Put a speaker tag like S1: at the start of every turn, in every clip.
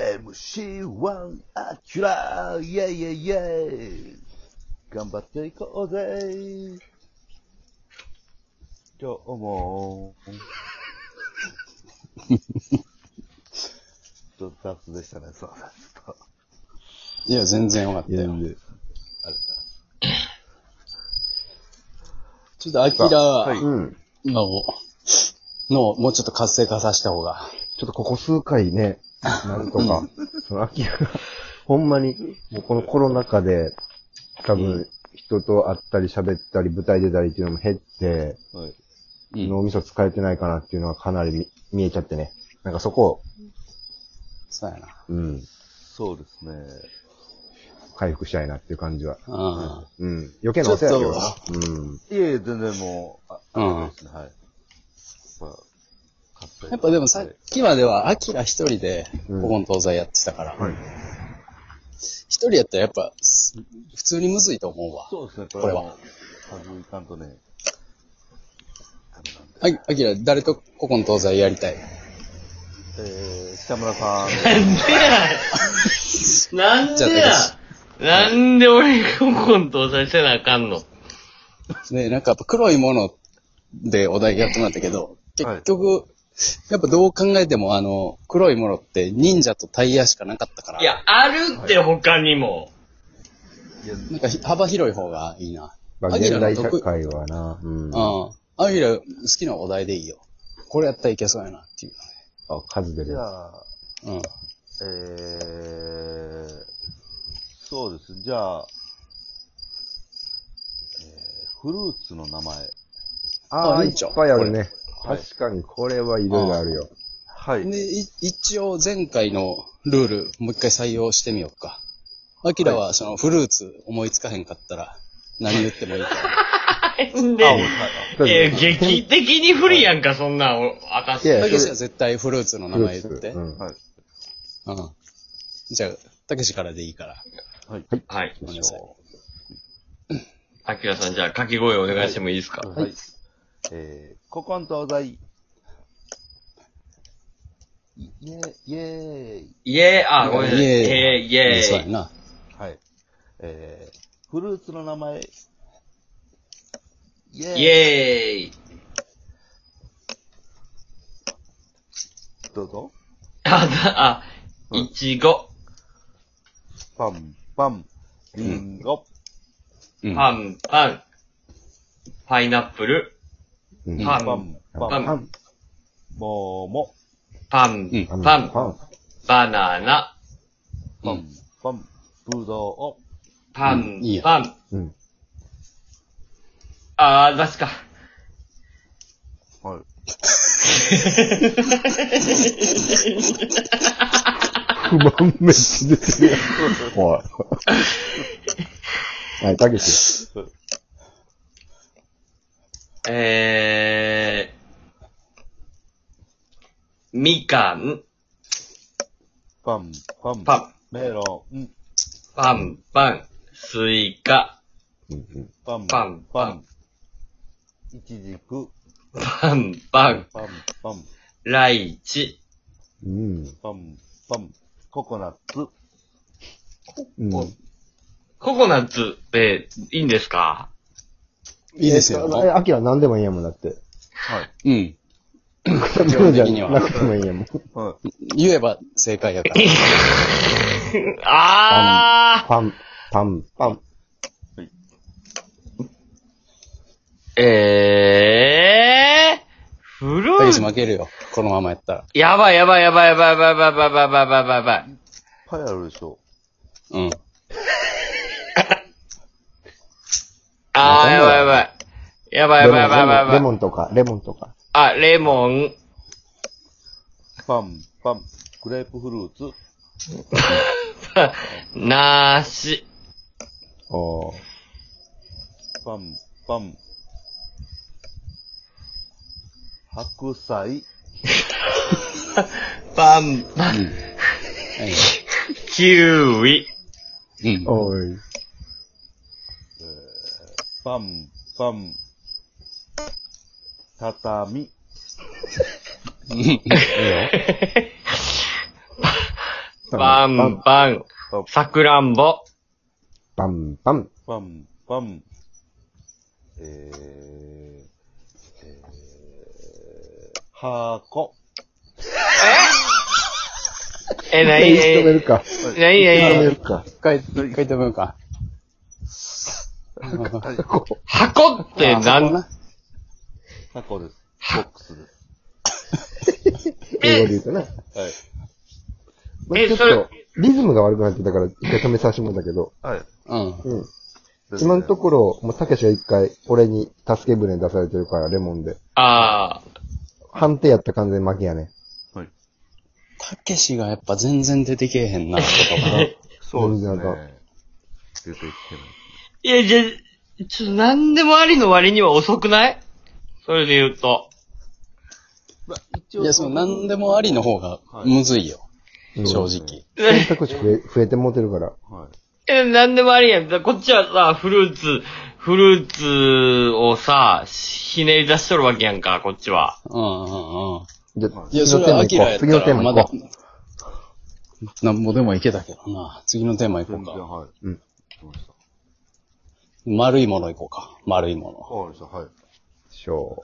S1: 4MC1 アキュライェイイェイイェイ頑張っていこうぜ今日も、ちょっと雑でしたね、そうだ、ちょっと。
S2: いや、全然よかったよ。
S1: あれだ。
S2: ちょっとアキラ
S3: はい。うん。
S2: の、の、もうちょっと活性化させた方が。
S3: ちょっとここ数回 ね、なんとか、その秋が、ほんまに、もうこのコロナ禍で、多分、人と会ったり喋ったり、舞台出たりっていうのも減って、
S1: はい。
S2: うん
S3: 脳みそ使えてないかなっていうのはかなり見見えちゃってね。なんかそこを、
S2: そうやな。
S3: うん、
S1: そうですね。
S3: 回復したいなっていう感じは。
S2: うん。
S3: うん。余計なお世話やけどな。
S1: いえいえ、全然もう、あ、
S2: うん
S1: あれですね、はい。やっぱ、勝
S2: やっぱでもさっきまではアキラ一人で、
S3: うん
S2: 古今東西やってたから、
S3: はい
S2: 一人やったらやっぱ、す普通にむずいと思うわ。
S1: そうですね、
S2: これは。
S1: はずいかんとね。あれなんで。
S2: あアキラ、誰と古今東西やりたい
S1: えー、北村さん。
S4: なん
S2: じゃあ
S4: でやなんで俺がコントをさせなあかんの
S2: ねなんかやっぱ黒いものでお題やってもらったけど、結局、やっぱどう考えてもあの、黒いものって忍者とタイヤしかなかったから、
S4: いや、あるって他にも。
S1: いや、
S2: なんかひ幅広い方がいいな。
S3: まあ、
S2: アキ
S3: 現
S2: ラの
S3: 代
S2: 得
S3: 社
S2: 意
S3: 会はな、うん。あ、
S2: うん。アキラ好きなお題でいいよ。これやったらいけそうやなっていう
S3: 数出
S1: じ
S3: る
S1: ゃ
S3: や
S1: あ、
S2: のね。
S1: えー、そうですね、じゃあ、えー、フルーツの名前。
S3: つ。ああ、
S2: あ
S3: い
S2: い
S3: っ
S2: いじゃん
S3: ぱいあるね。
S1: はい
S3: 確かに、これはいろいろあるよ。
S1: は
S2: うん。で、い一応前回のルール、もう一回採用してみようか。アキラはそのフルーツ思いつかへんかったら、何言ってもいいから。
S4: なんで、
S3: とりあ
S4: え
S3: えず
S4: 劇的に不利やんか、そんなんお明か
S3: いや
S4: す。
S3: いや
S2: たけしは絶対フルーツの名前言って。
S3: フルーツうん
S1: はい。
S2: うん。じゃあ、たけしからでいいから。
S1: はい。
S4: はい。
S2: ごめんなさい。
S4: あきらさん、じゃあ掛け声お願いしてもいいですか
S1: はい。えー、古今東西。イイェーイ、イェーイ。
S4: イェーイ、あ、ごめんなさい。
S2: イ
S4: イ
S2: ェー
S4: ェーイ、イェ
S2: そうや
S4: ーイ。
S2: な。
S1: はい。えー、フルーツの名前。イェ
S4: イェーイ。
S1: どうぞ。
S4: あ、だ、あ、いちご、
S1: パン、パン、リンゴ、
S2: うん。
S4: パン、パン、パイナップル、
S3: うん
S4: パ
S1: パ
S4: ン
S1: ン、、パン、
S4: パ
S3: ン。
S1: もも、
S4: パン
S2: うん、
S4: パ
S3: パ
S4: ン、
S3: ン。
S4: バナナ、
S1: パ
S2: う
S1: ン
S2: ん、
S1: パン、ぶどう、
S4: パ
S2: う
S4: ン
S2: んいい、や
S4: パン。
S3: うん。
S4: あー、出すか。
S1: はい。
S3: 不満めっちゃですね。はい。はい、たけし。
S4: えー、みかん、
S1: パン、パン、
S4: パン、
S1: メロン、
S4: パン、パン、スイカ、
S3: うんうん。
S1: パン、
S4: パン
S1: パ
S4: パ
S1: ン
S4: ン、
S1: いちじく、
S4: パン、パン、
S1: パン、パン、
S4: ライチ、
S3: うん。
S1: パン、パン、ココナッツ、
S3: うん。
S4: ココナッツっていいんですか
S2: いいですよ。
S3: え、アキラ何でもいいやもんだって。
S1: はい。
S2: うん。
S3: じ
S2: 基本的に
S3: ゃ
S2: は
S3: なくてもいいやもん。
S1: はい。
S2: 言えば正解やから。
S4: あ
S3: パン、パン、パン。
S4: ー、えー、フル
S2: たけ
S4: ー
S2: し
S4: ツ、
S2: 負けるよ。このままやったら。
S4: やばいやばいやばいやばいやばいやばいやばいやばいやばいやばい。
S1: パイあるでしょ。
S2: うん。
S4: あー、やばいやばい。やばいやばいやばいやばいやばい
S3: レモンとか、レモンとか。
S4: あ、レモン、
S1: パン、パン、グレープフルーツ、
S4: なーし、
S3: おー。
S1: パン、パン、白菜、
S4: パンパン、
S2: はい
S4: キウイ、
S2: うん。
S3: おーい。
S1: パン、パン、畳、
S2: うん
S4: パバンバン。さくらんぼ。
S3: バンバン。
S1: パン、パン。えー、えー、箱。
S4: え、なに
S3: 一回
S4: な
S3: 止める
S4: に
S3: か。
S4: なに
S3: 一回止
S4: な
S3: め
S4: に
S3: るか。
S2: 一回、一回止めようか。
S4: 箱ってな
S2: あ
S4: ん、
S1: 箱です。ボックスです。
S3: 英語で言うとね。
S1: はい。
S3: まあ
S4: え
S3: ちょっ
S4: それ
S3: と、リズムが悪くなってたから、一回止めさせてもらったけど、
S1: はい。
S2: うん。
S3: うん。今のところ、もうたけしが一回、俺に助け舟出されてるから、レモンで。
S4: あ
S3: 判定やったら完全に負けやね。
S1: はい。
S2: たけしがやっぱ全然出てけえへんな、言 葉が。
S1: そうですね
S3: なん。
S1: 出てきて
S4: ー。いや、じゃ、ちょっと何でもありの割には遅くないそれで言う と。
S1: ない。まあ、一
S2: いや、その何でもありの方がむずいよ。
S3: うん
S2: 正直。
S3: 選択肢増え増えてもうてるから。
S1: はい。
S4: え、なんでもありやん。だこっちはさ、フルーツ、フルーツをさ、ひねり出しとるわけやんか、こっちは。
S2: うんうんうん。
S3: じゃ
S2: いや、それはアキラやった
S3: 次のテー
S2: ら、
S3: マ
S2: ま
S3: 行
S2: だ
S3: こう。、
S2: なんぼでもいけたけどな。次のテーマ行こ
S1: 全
S2: う
S1: 然、
S2: か。
S1: はい。
S3: うん
S1: 来ました。
S2: 丸いもの行こうか。丸いも
S1: わかりました。はい。
S3: しょ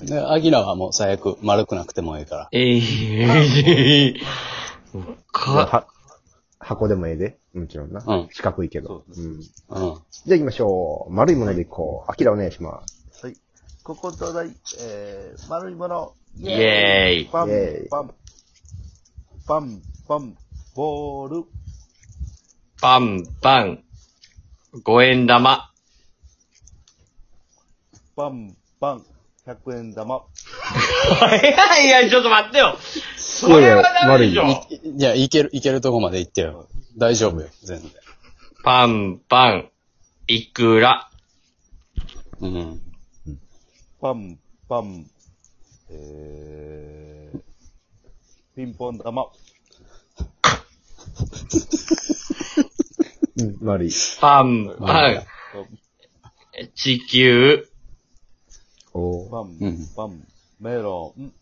S2: の。で、アキラはもう最悪丸くなくてもいいから。
S4: ええ
S3: う。じゃあ
S4: か、
S3: は箱でもええで。もちろんな。
S2: うん
S3: 四角いけ
S1: そ
S3: ど。
S1: うで
S3: うん。
S2: うん。
S3: じゃあ行きましょう。丸いもので行こう。アキラお願いします。
S1: はい。ここ東大、えー、丸いもの。
S4: イエーイ。
S1: パン
S3: イエーイ、
S1: パン、パン、パン、ボール、
S4: バンバン。五円玉。
S1: パン、パン、100円玉。
S4: いやいや、ちょっと待ってよ。それはダメでし
S3: いやい
S4: ょ。
S2: いや、いける、いけるとこまで行ってよ。大丈夫よ、全然。
S4: パンパン。いくら。
S2: うん。
S1: パン、パン、えー、ピンポン玉。
S3: うん、丸い。
S4: パンパン。地球。
S3: おー
S1: パン、パン、メロン。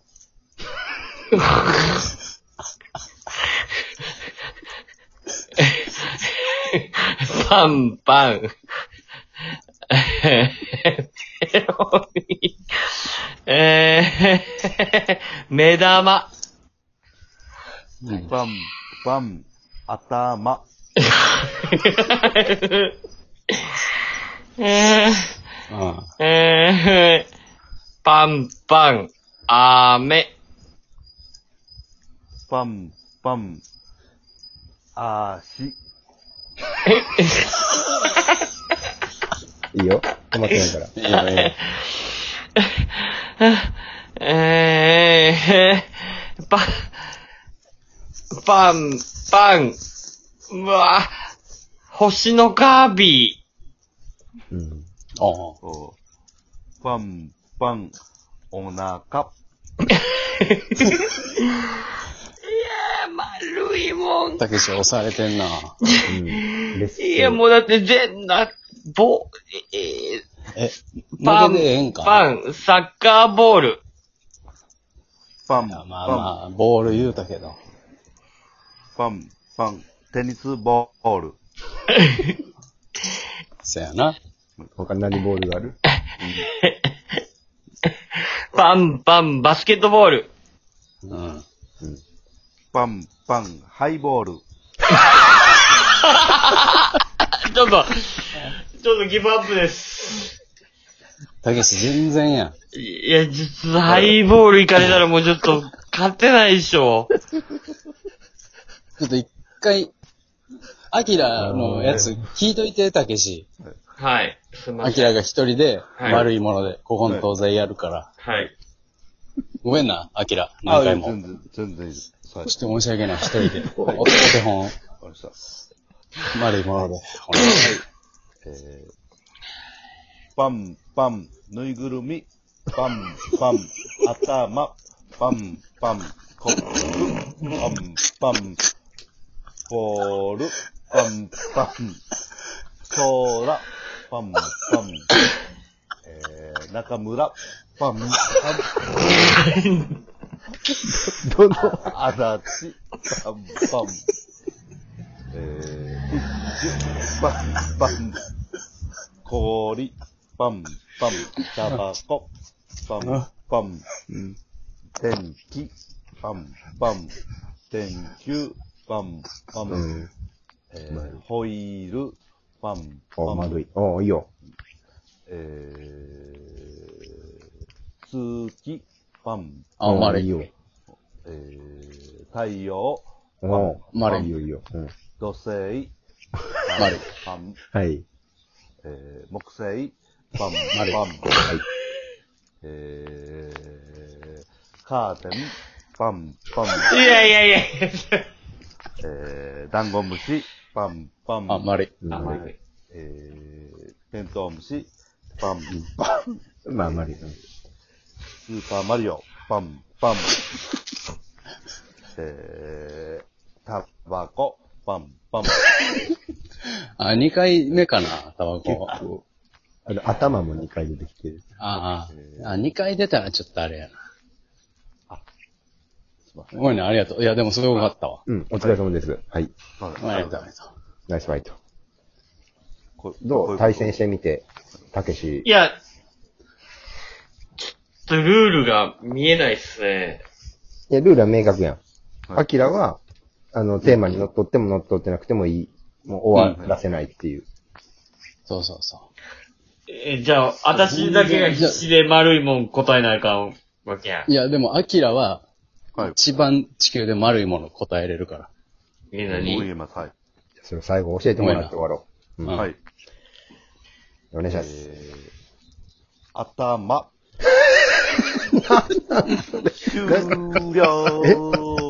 S4: パンパン。えーペロリえー目玉。
S1: パン、パン、頭。
S4: え
S2: あ
S4: ーえーパンパン。雨。
S1: パン、パン、足。
S3: いいよ。止まってないから。
S2: あ。いいよ、いいよ。
S4: えー、パン、パン、パン、うわ、星のカービ
S3: う
S4: ィ。
S3: ん。
S2: ああ。
S1: そうパン、パン、お腹。
S4: 丸いもん。
S2: たけし押されてんな。
S3: うん。レッスン
S4: いや、もうだって全、な、ぼ、え
S2: え、
S4: ー、パ
S2: 負
S4: ン
S2: けでええん、か
S4: パン、サッカーボール。
S1: パン、
S2: いや
S1: パン、
S2: まあまあ、ボール言うたけど。
S1: パン、パン、テニスボール。
S2: そやな。
S3: 他何ボールが ある
S4: パン、パン、バスケットボール。
S2: うん。
S1: パン、パン、ハイボール。
S4: あちょ っと、ちょっとギブアップです。
S2: たけし全然やん。
S4: いや、実はハイボール行かれたらもうちょっと、勝てないでしょ。
S2: ちょっと一回、アキラのやつ聞いといて、たけし。
S4: はい。すみま
S2: ア
S4: せ
S2: キ
S4: ん。
S2: ラが一人で、
S4: はい
S2: 悪いもので、ここの東西やるから。
S4: はい。
S2: ごめんな、アキラ。何回
S1: あい
S2: も
S1: や全。然、全然いいです。はい。
S2: ちょっと申し訳ない、一人で。おお手本、
S1: わかりました。
S2: 悪いもので。お願い
S1: えー、パン、パン、ぬいぐるみ。パン、パン、頭。パン、パン、コップ。パン、パン、ボール。パン、パン、空。パン、パン、えー、中村。パン、パン、
S3: どの
S1: 足立。パン、パン、えー、バン、バン、氷、バン、バン、タバコ、バン、バン、電気、バン、バン、電球、バン、バン、えーホイール、バン、
S3: お、
S1: バ
S3: 丸
S1: ン
S3: い、。お、いいよ。
S1: えー、月、バン、
S2: あ、
S3: うん
S2: 丸
S3: いい
S2: い。
S3: よ。
S1: えー、太陽、バン
S3: お、
S2: 丸
S3: いい
S2: い。
S3: よ、いいよ。うん
S1: 土星、
S2: 丸い。
S1: バン、
S3: はい。
S1: えー、木星、バン、
S2: 丸い
S1: バン、えー、カーテン、バン、バン、
S4: いやいやいやい
S1: えー、ダンゴムシ、バン、バン、
S2: あ、丸い。
S4: や。
S3: まあ
S1: えー、テントウムシ、バン、バン、
S3: まあ、丸い。
S1: スーパーマリオ、バン、バン、えー、タバコ、バン、バン、
S2: あ、2回目かな、タバ
S3: 結
S2: コ。
S3: 構、あの、頭も2回出てきてる。
S2: ああ、あ、2回出たらちょっとあれやな。
S1: あすいま
S2: ごめんね、ありがとう。いや、でもすごかったわ。
S3: うん、お疲れ様です。はい。
S1: まだ
S2: ありがとう、ありがとう。
S3: ナイスファイト。
S1: こう
S3: ど
S1: こいうこと
S3: 対戦してみて、たけし
S4: い。や、ちょっとルールが見えないっすね。
S3: いや、ルールは明確やん。
S1: はい
S3: アキラは、あの、テーマに乗っ取っても乗っ取ってなくてもいい。もう終わらせないっていう。
S2: そうそうそ
S4: え、じゃあ、私だけが必死で丸いもん答えないかんわけやん
S2: う。。いや、でも、アキラは、
S1: はい。
S2: 一番地球で丸いもの答えれるから。
S4: みん
S1: も
S4: な
S1: う言
S4: に。
S1: えます。はい。
S3: それを最後教えてもらって終わろう。うん。
S2: ん
S1: はい。
S3: お願いし
S1: え
S3: ます。
S1: ー、頭。終了